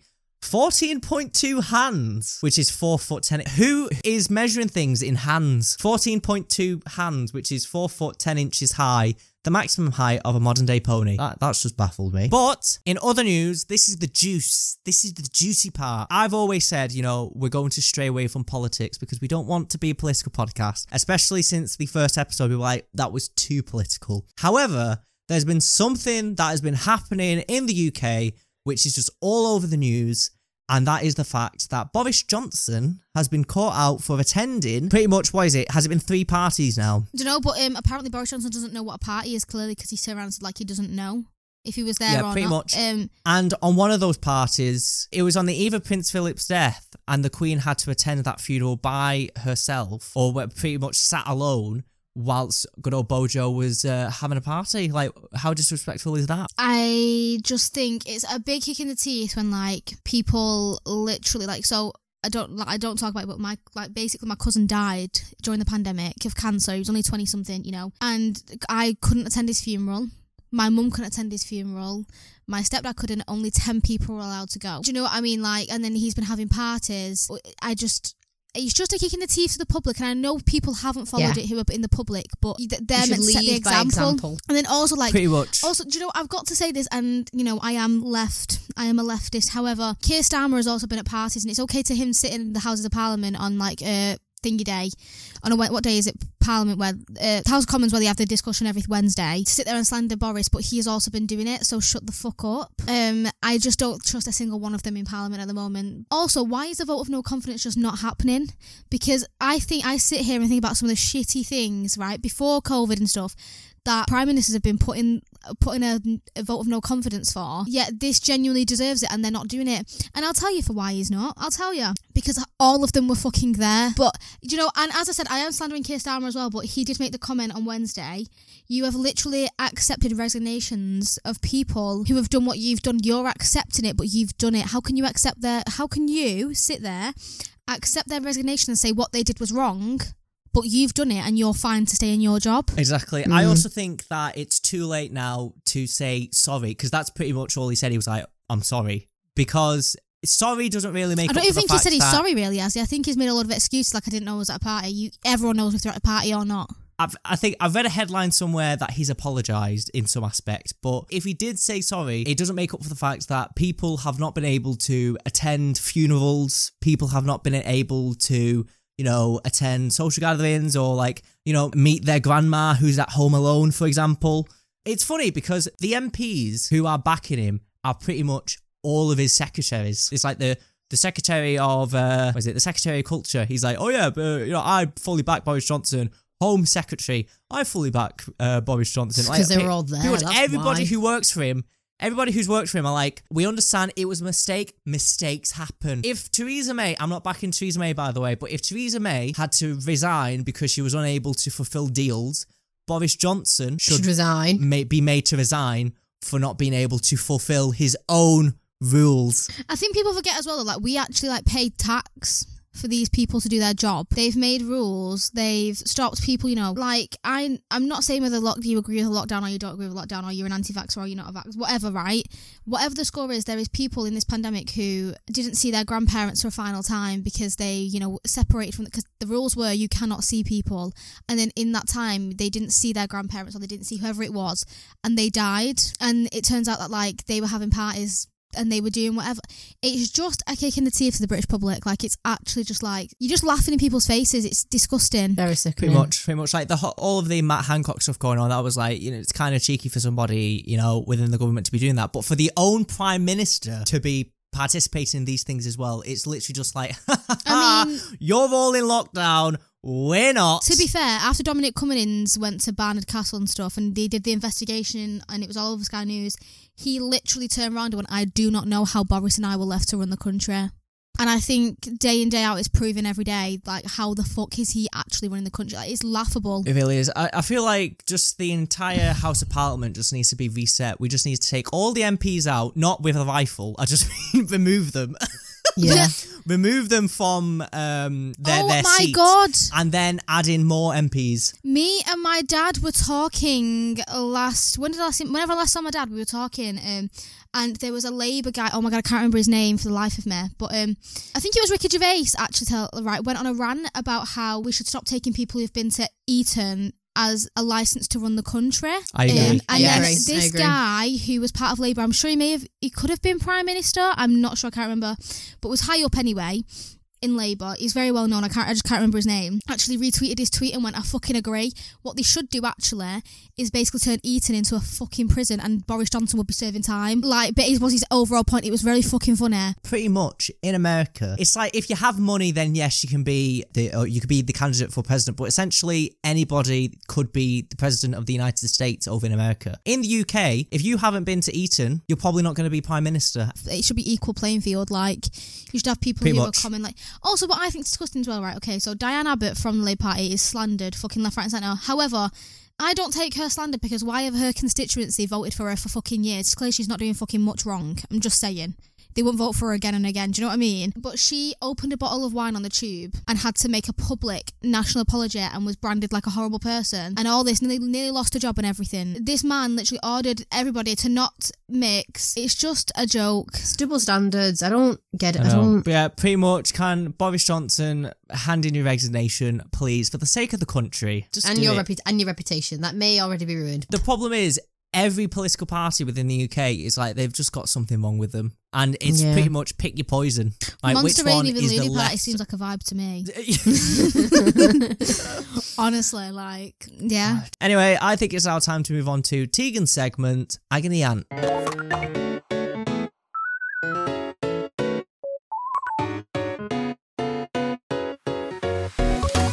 S2: 14.2 hands, which is four foot ten. Who is measuring things in hands? 14.2 hands, which is four foot ten inches high, the maximum height of a modern day pony. That, that's just baffled me. But in other news, this is the juice. This is the juicy part. I've always said, you know, we're going to stray away from politics because we don't want to be a political podcast, especially since the first episode we were like, that was too political. However, there's been something that has been happening in the UK which is just all over the news. And that is the fact that Boris Johnson has been caught out for attending pretty much, what is it? Has it been three parties now?
S1: don't know, but um, apparently Boris Johnson doesn't know what a party is clearly because he surrounds like he doesn't know if he was there
S2: Yeah,
S1: or
S2: pretty
S1: not.
S2: much.
S1: Um,
S2: And on one of those parties, it was on the eve of Prince Philip's death, and the Queen had to attend that funeral by herself, or were pretty much sat alone, whilst good old Bojo was uh, having a party. Like, how disrespectful is that?
S1: I just think it's a big kick in the teeth when like people literally like so. I don't like, I don't talk about it, but my like basically my cousin died during the pandemic of cancer. He was only twenty something, you know, and I couldn't attend his funeral. My mum couldn't attend his funeral. My stepdad couldn't. Only ten people were allowed to go. Do you know what I mean? Like, and then he's been having parties. I just. It's just a kick in the teeth to the public, and I know people haven't followed
S4: Yeah.
S1: it who are in the public, but th- they're meant
S4: You should
S1: to set the
S4: lead by
S1: example.
S4: example.
S1: And then also, like,
S2: pretty much.
S1: also, do you know, I've got to say this, and, you know, I am left. I am a leftist. However, Keir Starmer has also been at parties, and it's okay to him sitting in the Houses of Parliament on, like, uh, thingy day. On a, Wed- what day is it? Parliament, where, uh, House of Commons, where they have the discussion every Wednesday, to sit there and slander Boris, but he has also been doing it, so shut the fuck up. Um, I just don't trust a single one of them in Parliament at the moment. Also, why is the vote of no confidence just not happening? Because I think, I sit here and think about some of the shitty things, right, before COVID and stuff, that prime ministers have been putting putting a, a vote of no confidence for, yet this genuinely deserves it and they're not doing it. And I'll tell you for why he's not. I'll tell you. Because all of them were fucking there. But, you know, and as I said, I am slandering Keir Starmer as well, but he did make the comment on Wednesday you have literally accepted resignations of people who have done what you've done. You're accepting it, but you've done it. How can you accept their, how can you sit there, accept their resignation and say what they did was wrong? But you've done it and you're fine to stay in your job.
S2: Exactly. I
S1: Mm-hmm.
S2: also think that it's too late now to say sorry because that's pretty much all he said. He was like, "I'm sorry," because sorry doesn't really make.
S1: I don't
S2: up
S1: even
S2: for the
S1: think he
S2: fact
S1: said he's
S2: that-
S1: sorry, really, has he? I think he's made a lot of excuses, like I didn't know I was at a party. You, everyone knows if they're at a party or not.
S2: I've, I think I've read a headline somewhere that he's apologised in some aspect, but if he did say sorry, it doesn't make up for the fact that people have not been able to attend funerals, people have not been able to, you know, attend social gatherings or like, you know, meet their grandma who's at home alone, for example. It's funny because the MPs who are backing him are pretty much all of his secretaries. It's like the the secretary of uh, was it the secretary of culture? He's like, oh yeah, but, you know, I fully back Boris Johnson. Home secretary, I fully back uh, Boris Johnson. Like,
S4: 'cause they were
S2: pe-
S4: all there,
S2: pretty much
S4: that's
S2: everybody
S4: why.
S2: who works for him. Everybody who's worked for him are like, we understand it was a mistake. Mistakes happen. If Theresa May, I'm not backing Theresa May by the way, but if Theresa May had to resign because she was unable to fulfill deals, Boris Johnson
S4: Should resign.
S2: may, be made to resign for not being able to fulfill his own rules.
S1: I think people forget as well that like we actually like paid tax for these people to do their job. They've made rules. They've stopped people. You know, like I, I'm not saying whether lock you agree with lockdown or you don't agree with lockdown or you're an anti-vaxxer or you're not a vax, whatever, right? Whatever the score is, there is people in this pandemic who didn't see their grandparents for a final time because they, you know, separated from because the rules were you cannot see people, and then in that time they didn't see their grandparents or they didn't see whoever it was, and they died. And it turns out that like they were having parties and they were doing whatever. It's just a kick in the teeth for the British public. Like it's actually just like you're just laughing in people's faces. It's disgusting.
S4: Very sick.
S2: Pretty much, pretty much like the ho- all of the Matt Hancock stuff going on. That was like, you know, it's kind of cheeky for somebody, you know, within the government to be doing that, but for the own prime minister to be participating in these things as well, it's literally just like,
S1: I mean-
S2: you're all in lockdown. We're not.
S1: To be fair, after Dominic Cummings went to Barnard Castle and stuff, and they did the investigation, and it was all over Sky News, he literally turned around and went, "I do not know how Boris and I were left to run the country." And I think day in day out, it's proven every day like how the fuck is he actually running the country? Like, it's laughable.
S2: It really is. I, I feel like just the entire House of Parliament just needs to be reset. We just need to take all the MPs out, not with a rifle. I just mean remove them,
S4: Yeah.
S2: remove them from um their
S1: oh
S2: their
S1: my
S2: seats,
S1: god!
S2: and then add in more MPs.
S1: Me and my dad were talking last. When did I see? Whenever I last saw my dad, we were talking, um, and there was a Labour guy. Oh my god, I can't remember his name for the life of me. But um, I think it was Ricky Gervais actually. Tell right, went on a rant about how we should stop taking people who've been to Eton as a license to run the country. Um,
S2: I agree.
S1: and
S4: Yeah, I
S1: then
S4: agree. I
S1: this
S4: agree.
S1: guy who was part of Labour, I'm sure he may have, he could have been prime minister. I'm not sure. I can't remember, but was high up anyway in Labour. He's very well known. I can't. I just can't remember his name. Actually, retweeted his tweet and went, "I fucking agree." What they should do actually is basically turn Eton into a fucking prison, and Boris Johnson would be serving time. Like, but it was his overall point. It was really fucking funny.
S2: Pretty much in America, it's like if you have money, then yes, you can be the or you could be the candidate for president. But essentially, anybody could be the president of the United States over in America. In the UK, if you haven't been to Eton, you're probably not going to be prime minister.
S1: It should be equal playing field. Like, you should have people
S2: Pretty
S1: who
S2: much.
S1: are common. Like, also what I think is disgusting as well. Right? Okay, so Diane Abbott from the Labour Party is slandered, fucking left, right, and centre. However. I don't take her slander because why have her constituency voted for her for fucking years? It's clear she's not doing fucking much wrong. I'm just saying. They wouldn't vote for her again and again. Do you know what I mean? But she opened a bottle of wine on the tube and had to make a public national apology and was branded like a horrible person and all this. Nearly, nearly lost her job and everything. This man literally ordered everybody to not mix. It's just a joke.
S4: It's double standards. I don't get it. I,
S2: I know.
S4: don't.
S2: But yeah, pretty much. Can Boris Johnson hand in your resignation, please, for the sake of the country? Just
S4: And
S2: do
S4: your
S2: it.
S4: repu- and your reputation that may already be ruined.
S2: The problem is every political party within the UK is like they've just got something wrong with them, and it's
S4: Yeah.
S2: pretty much pick your poison. Like
S1: Monster
S2: which one
S1: Rain even
S2: is the
S1: Lady Party
S2: left?
S1: seems like a vibe to me.
S4: That's
S1: Honestly, like yeah.
S2: anyway, I think it's our time to move on to Tegan's segment, Agony Aunt.
S1: All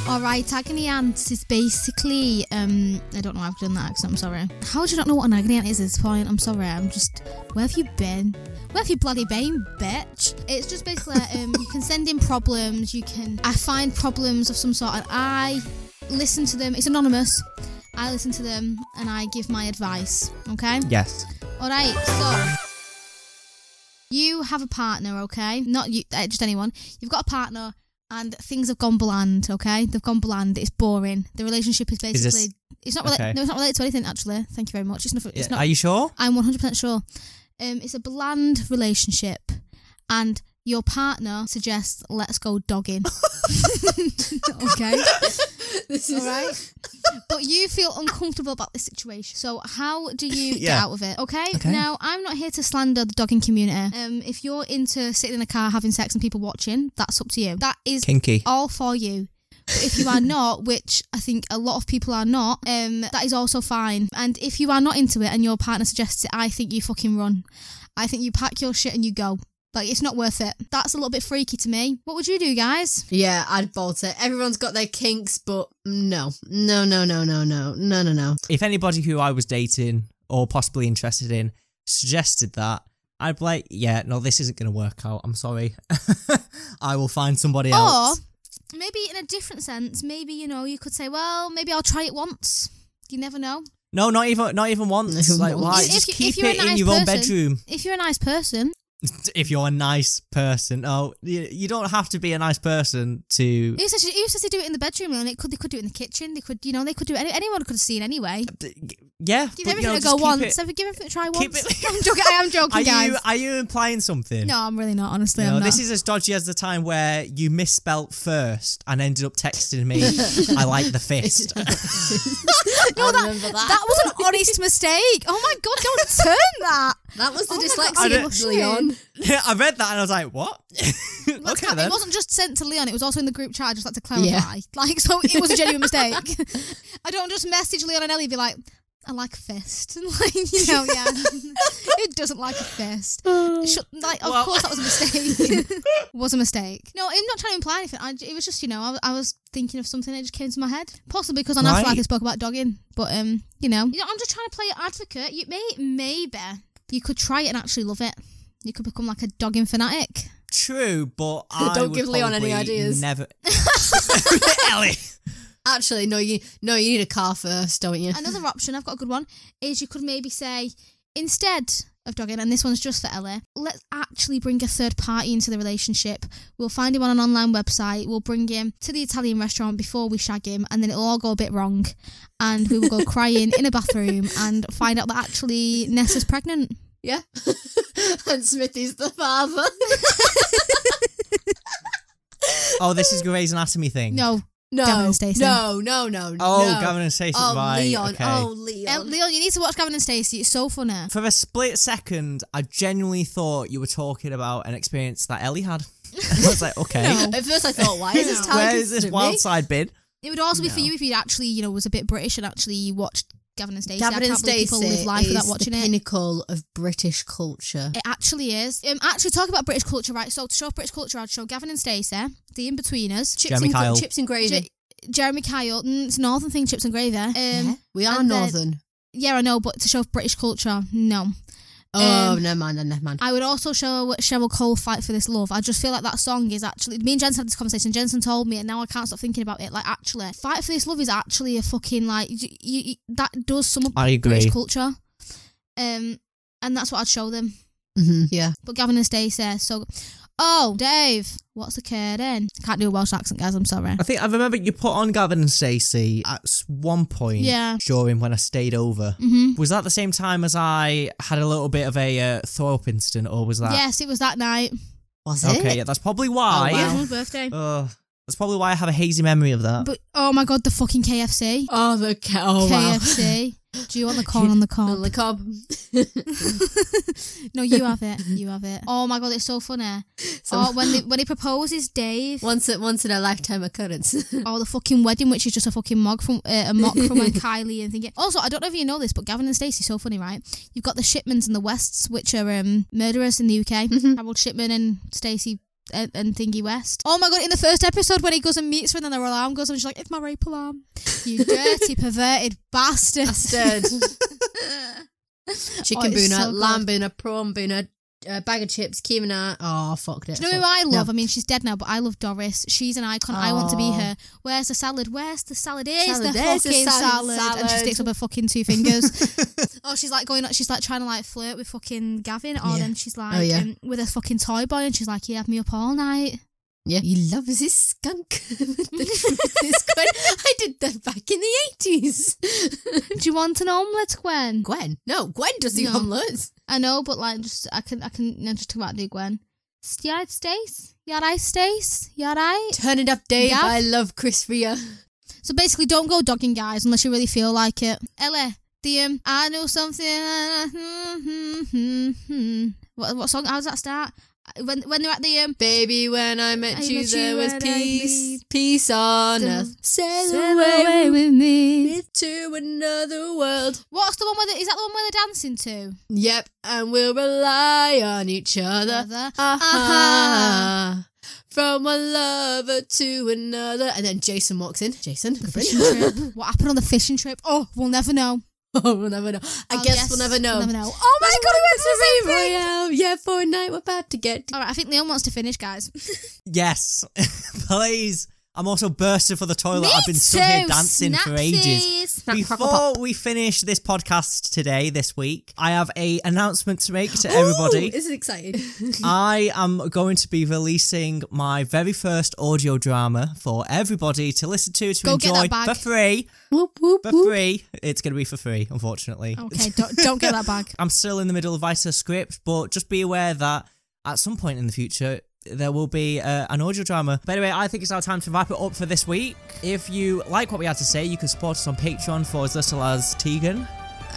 S1: All right, agony aunt is basically um I don't know why I've done that accent. I'm sorry. How do you not know what an agony aunt is at this point? I'm sorry. I'm just where have you been? Where have you bloody been, bitch? It's just basically um you can send in problems. You can I find problems of some sort and I listen to them. It's anonymous. I listen to them and I give my advice. Okay.
S2: Yes.
S1: All right, so you have a partner, okay? Not you, uh, just anyone. You've got a partner, and things have gone bland, okay? They've gone bland. It's boring. The relationship is
S2: Is this-
S1: basically. it's not. Rela-
S2: okay.
S1: No, it's not related to anything. Actually, thank you very much. It's not. It's not.
S2: Are you sure?
S1: I'm 100 percent sure. Um, it's a bland relationship, and your partner suggests let's go dogging. okay.
S4: This
S1: All right. but you feel uncomfortable about this situation. So how do you get
S2: Yeah.
S1: out of it? Okay?
S2: Okay.
S1: Now I'm not here to slander the dogging community. Um, if you're into sitting in a car having sex and people watching, that's up to you. That is
S2: Kinky.
S1: all for you. But if you are not, which I think a lot of people are not, um, that is also fine. And if you are not into it and your partner suggests it, I think you fucking run. I think you pack your shit and you go. Like it's not worth it. That's a little bit freaky to me. What would you do, guys?
S4: Yeah, I'd bolt it. Everyone's got their kinks, but no, no, no, no, no, no, no, no, no.
S2: If anybody who I was dating or possibly interested in suggested that, I'd be like, yeah, no, this isn't going to work out. I'm sorry. I will find somebody else.
S1: Or maybe in a different sense, maybe you know you could say, well, maybe I'll try it once. You never know.
S2: No, not even not even once.
S4: Even
S2: like
S4: once.
S2: why?
S1: If
S2: Just
S1: you- if
S2: keep
S1: you're a
S2: it in
S1: nice
S2: your own
S1: person.
S2: bedroom.
S1: If you're a nice person,
S2: If you're a nice person, oh, you, you don't have to be a nice person to.
S1: who says who says they do it in the bedroom? And it could they could do it in the kitchen. They could you know they could do it. any- Anyone could have seen anyway.
S2: Yeah,
S1: Give
S2: but, you
S1: everything
S2: know,
S1: a
S2: just
S1: go
S2: keep
S1: once.
S2: it-
S1: Every- Give everything a try
S2: keep
S1: once.
S2: it-
S1: I'm joking. I am joking,
S2: Are
S1: guys.
S2: you are you implying something?
S1: no, I'm really not. Honestly,
S2: You know,
S1: I'm not.
S2: this is as dodgy as the time where you misspelt first and ended up texting me, I like the fist.
S4: no, that,
S1: that, that was an honest mistake. Oh my god, don't turn that.
S4: That was the
S1: Oh my God,
S4: dyslexia
S1: I
S4: dyslexia,
S1: don't-
S4: of Leon.
S2: I read that and I was like, what?
S1: Let's
S2: okay,
S1: cal-
S2: then.
S1: It wasn't just sent to Leon, it was also in the group chat, just like to clarify.
S4: Yeah.
S1: Like, so it was a genuine mistake. I don't just message Leon and Ellie and be like, I like a fist. And like, you know, yeah. it doesn't like a fist.
S2: Uh.
S1: Shut, like, of
S2: Well-
S1: course that was a mistake. was a mistake. No, I'm not trying to imply anything. I, it was just, you know, I, was- I was thinking of something that just came to my head. Possibly because on
S2: Right.
S1: Afterlife they spoke about dogging. But, um, you know, you know, I'm just trying to play advocate. You may, maybe you could try it and actually love it. You could become like a dogging fanatic.
S2: True, but I
S4: Don't
S2: would
S4: give Leon any
S2: probably
S4: ideas.
S2: Never. Ellie.
S4: Actually, no, you no, you need a car first, don't you?
S1: Another option, I've got a good one, is you could maybe say, instead of dogging, and this one's just for Ella, let's actually bring a third party into the relationship. We'll find him on an online website, we'll bring him to the Italian restaurant before we shag him, and then it'll all go a bit wrong. And we will go crying in a bathroom and find out that actually Nessa's pregnant.
S4: Yeah. and Smithy's the father.
S2: Oh, this is Grey's Anatomy thing.
S1: No.
S4: No,
S1: Gavin and Stacey.
S4: no, no, no.
S2: Oh,
S4: no.
S2: Gavin and Stacey.
S4: Oh,
S2: right.
S4: Leon.
S2: Okay.
S4: Oh,
S1: El-
S4: Leon.
S1: Leon, you need to watch Gavin and Stacey. It's so funny.
S2: For a split second, I genuinely thought you were talking about an experience that Ellie had. I was like, okay.
S1: No.
S4: At first, I thought, why is this
S1: No.
S4: targeted
S2: Where is this
S4: at me?
S2: wild side bid?
S1: It would also be for
S4: No.
S1: you if you'd actually, you know, was a bit British and actually you watched Gavin and Stacey. I
S4: Gavin and
S1: can't believe
S4: Stacey
S1: people live life
S4: is
S1: without watching
S4: the
S1: it. Eh,
S4: pinnacle of British culture.
S1: It actually is. Um, actually, talk about British culture, right? So to show British culture, I'd show Gavin and Stacey, the in-betweeners,
S4: Chips
S2: Jeremy
S4: and, gra-
S2: Kyle.
S4: chips and gravy.
S1: J- Jeremy Kyle. Mm, it's a northern thing, chips and gravy. Um, yeah.
S4: Yeah, we are
S1: and then-
S4: northern.
S1: I know, but to show British culture, no.
S4: oh,
S1: um,
S4: never mind, then, never mind.
S1: I would also show Cheryl Cole fight for this love. I just feel like that song is actually. Me and Jensen had this conversation. Jensen told me, and now I can't stop thinking about it. Like, actually, fight for this love is actually a fucking like you, you, that does sum up
S2: I agree.
S1: British culture. Um, and that's what I'd show them.
S4: hmm Yeah.
S1: But Gavin and Stacey, so. Oh, Dave, what's the care then? Can't do a Welsh accent, guys, I'm sorry.
S2: I think I remember you put on Gavin and Stacey at s- one point
S1: Yeah.
S2: during when I stayed over.
S1: hmm
S2: Was that the same time as I had a little bit of a uh, throw up incident, or was that?
S1: Yes, it was that night.
S4: Was it?
S2: Okay, yeah, that's probably why.
S4: Oh,
S1: It was
S4: wow.
S1: my birthday.
S2: Ugh, that's probably why I have a hazy memory of that.
S1: But oh my god, the fucking KFC.
S4: Oh, the ca- oh, wow.
S1: KFC. Do you want the corn on the
S4: On
S1: cob?
S4: the cob.
S1: no, you have it. You have it. Oh my god, it's so funny.
S4: So-
S1: oh, when they, when he proposes, Dave.
S4: once, a, once in a lifetime occurrence.
S1: Oh, the fucking wedding, which is just a fucking mug from uh, a mock from when Kylie and thinking. Also, I don't know if you know this, but Gavin and Stacey so funny, right? Mm-hmm. You've got the Shipmans and the Wests, which are um, murderers in the UK. Harold Shipman and Stacey and, and Thingy West. Oh my god! In the first episode, when he goes and meets her, and then her alarm goes, and she's like, "It's my rape alarm." You dirty, perverted bastard.
S4: Bastard. Chicken
S1: Oh, it's
S4: booner,
S1: so good.
S4: lamb booner, prawn booner, uh, bag of chips, keemina. Oh, fucked it.
S1: Do you know who
S4: fucked-
S1: I love?
S4: No.
S1: I mean, she's dead now, but I love Doris. She's an icon. I want to be
S4: Aw.
S1: her. Where's the salad? Where's the salad? Is
S4: Oh. Salad,
S1: the
S4: there's the
S1: fucking
S4: salad,
S1: salad. And she
S4: salad.
S1: sticks up her fucking two fingers. oh, she's like going. She's like trying to like flirt with fucking Gavin. Or
S4: Yeah.
S1: then she's like
S4: Oh, yeah.
S1: um, with a fucking toy boy, and she's like, "He had me up all night."
S4: Yeah. He loves his skunk. This Gwen. I did that back in the 80s.
S1: Do you want an omelette, Gwen?
S4: Gwen. No, Gwen does the
S1: No.
S4: omelets.
S1: I know, but like, just I can, I can you know, just talk about do Gwen. S- You alright, Stace? You alright, Stace? You alright?
S4: Turn it up, Dave.
S1: Yeah.
S4: I love Chris Ria.
S1: So basically, don't go dogging guys unless you really feel like it. Ella, the um, I know something. uh, hmm, hmm, hmm, hmm. What, what song? How does that start? When when they're at the um,
S4: Baby, when I met
S1: I
S4: you,
S1: met
S4: there
S1: you
S4: was
S1: and I
S4: peace,
S1: missed
S4: peace on
S1: the-
S4: earth. Sail,
S1: sail
S4: away,
S1: away
S4: with
S1: with me.
S4: me to another world.
S1: What's the one where they, is that the one where they're dancing to?
S4: Yep, and we'll rely on each other.
S1: Brother.
S4: Aha. Uh-huh. From one lover to another. And then Jason walks in. Jason.
S1: Fishing trip. What happened on the fishing trip? Oh, we'll never know.
S4: oh, we'll never know. I
S1: Oh,
S4: guess
S1: yes,
S4: we'll never know.
S1: Never know. Oh my god, we went to the same thing.
S4: Royale. Yeah, for a night we're about to get.
S1: All right, I think Leon wants to finish, guys.
S2: Yes, please. I'm also bursting for the toilet.
S1: Me
S2: I've been stood here
S1: too,
S2: dancing for ages.
S1: Snapsies.
S2: Before we finish this podcast today, this week, I have a announcement to make to everybody.
S4: Ooh, this is exciting.
S2: I am going to be releasing my very first audio drama for everybody to listen to to
S1: Go get
S2: enjoy
S1: that bag.
S2: for free.
S4: whoop, whoop,
S2: For
S4: whoop.
S2: free, it's going to be for free. Unfortunately,
S1: Okay, don't, don't get that bag.
S2: I'm still in the middle of writing a script, but just be aware that at some point in the future, there will be uh, an audio drama. But anyway, I think it's our time to wrap it up for this week. If you like what we had to say, you can support us on Patreon for as little as Tegan.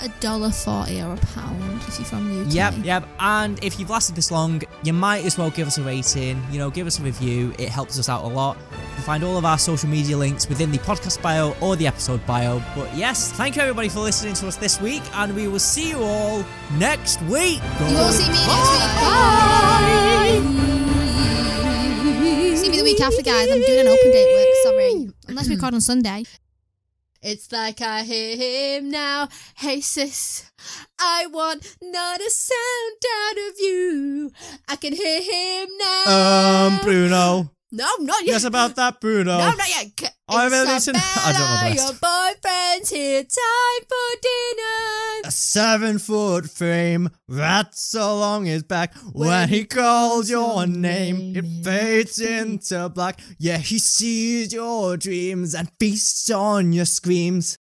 S1: A dollar forty or a pound if you're from UK.
S2: Yep, yep. And if you've lasted this long, you might as well give us a rating, you know, give us a review. It helps us out a lot. You can find all of our social media links within the podcast bio or the episode bio. But yes, thank you everybody for listening to us this week, and we will see you all next week.
S1: You will see me next week. Bye. See me the week after, guys. I'm doing an open date work. Sorry, unless we record on Sunday.
S4: It's like I hear him now. Hey sis, I want not a sound out of you. I can hear him now.
S2: Um, Bruno.
S4: no, not yet.
S2: Yes, about that, Bruno.
S4: No, not yet. C-
S2: I haven't
S4: Isabella,
S2: listened- I don't know the rest.
S4: Your boyfriend's here. Time for dinner.
S2: seven foot frame, rats along his back. When he calls your name, it fades into black. Yeah, he sees your dreams and feasts on your screams.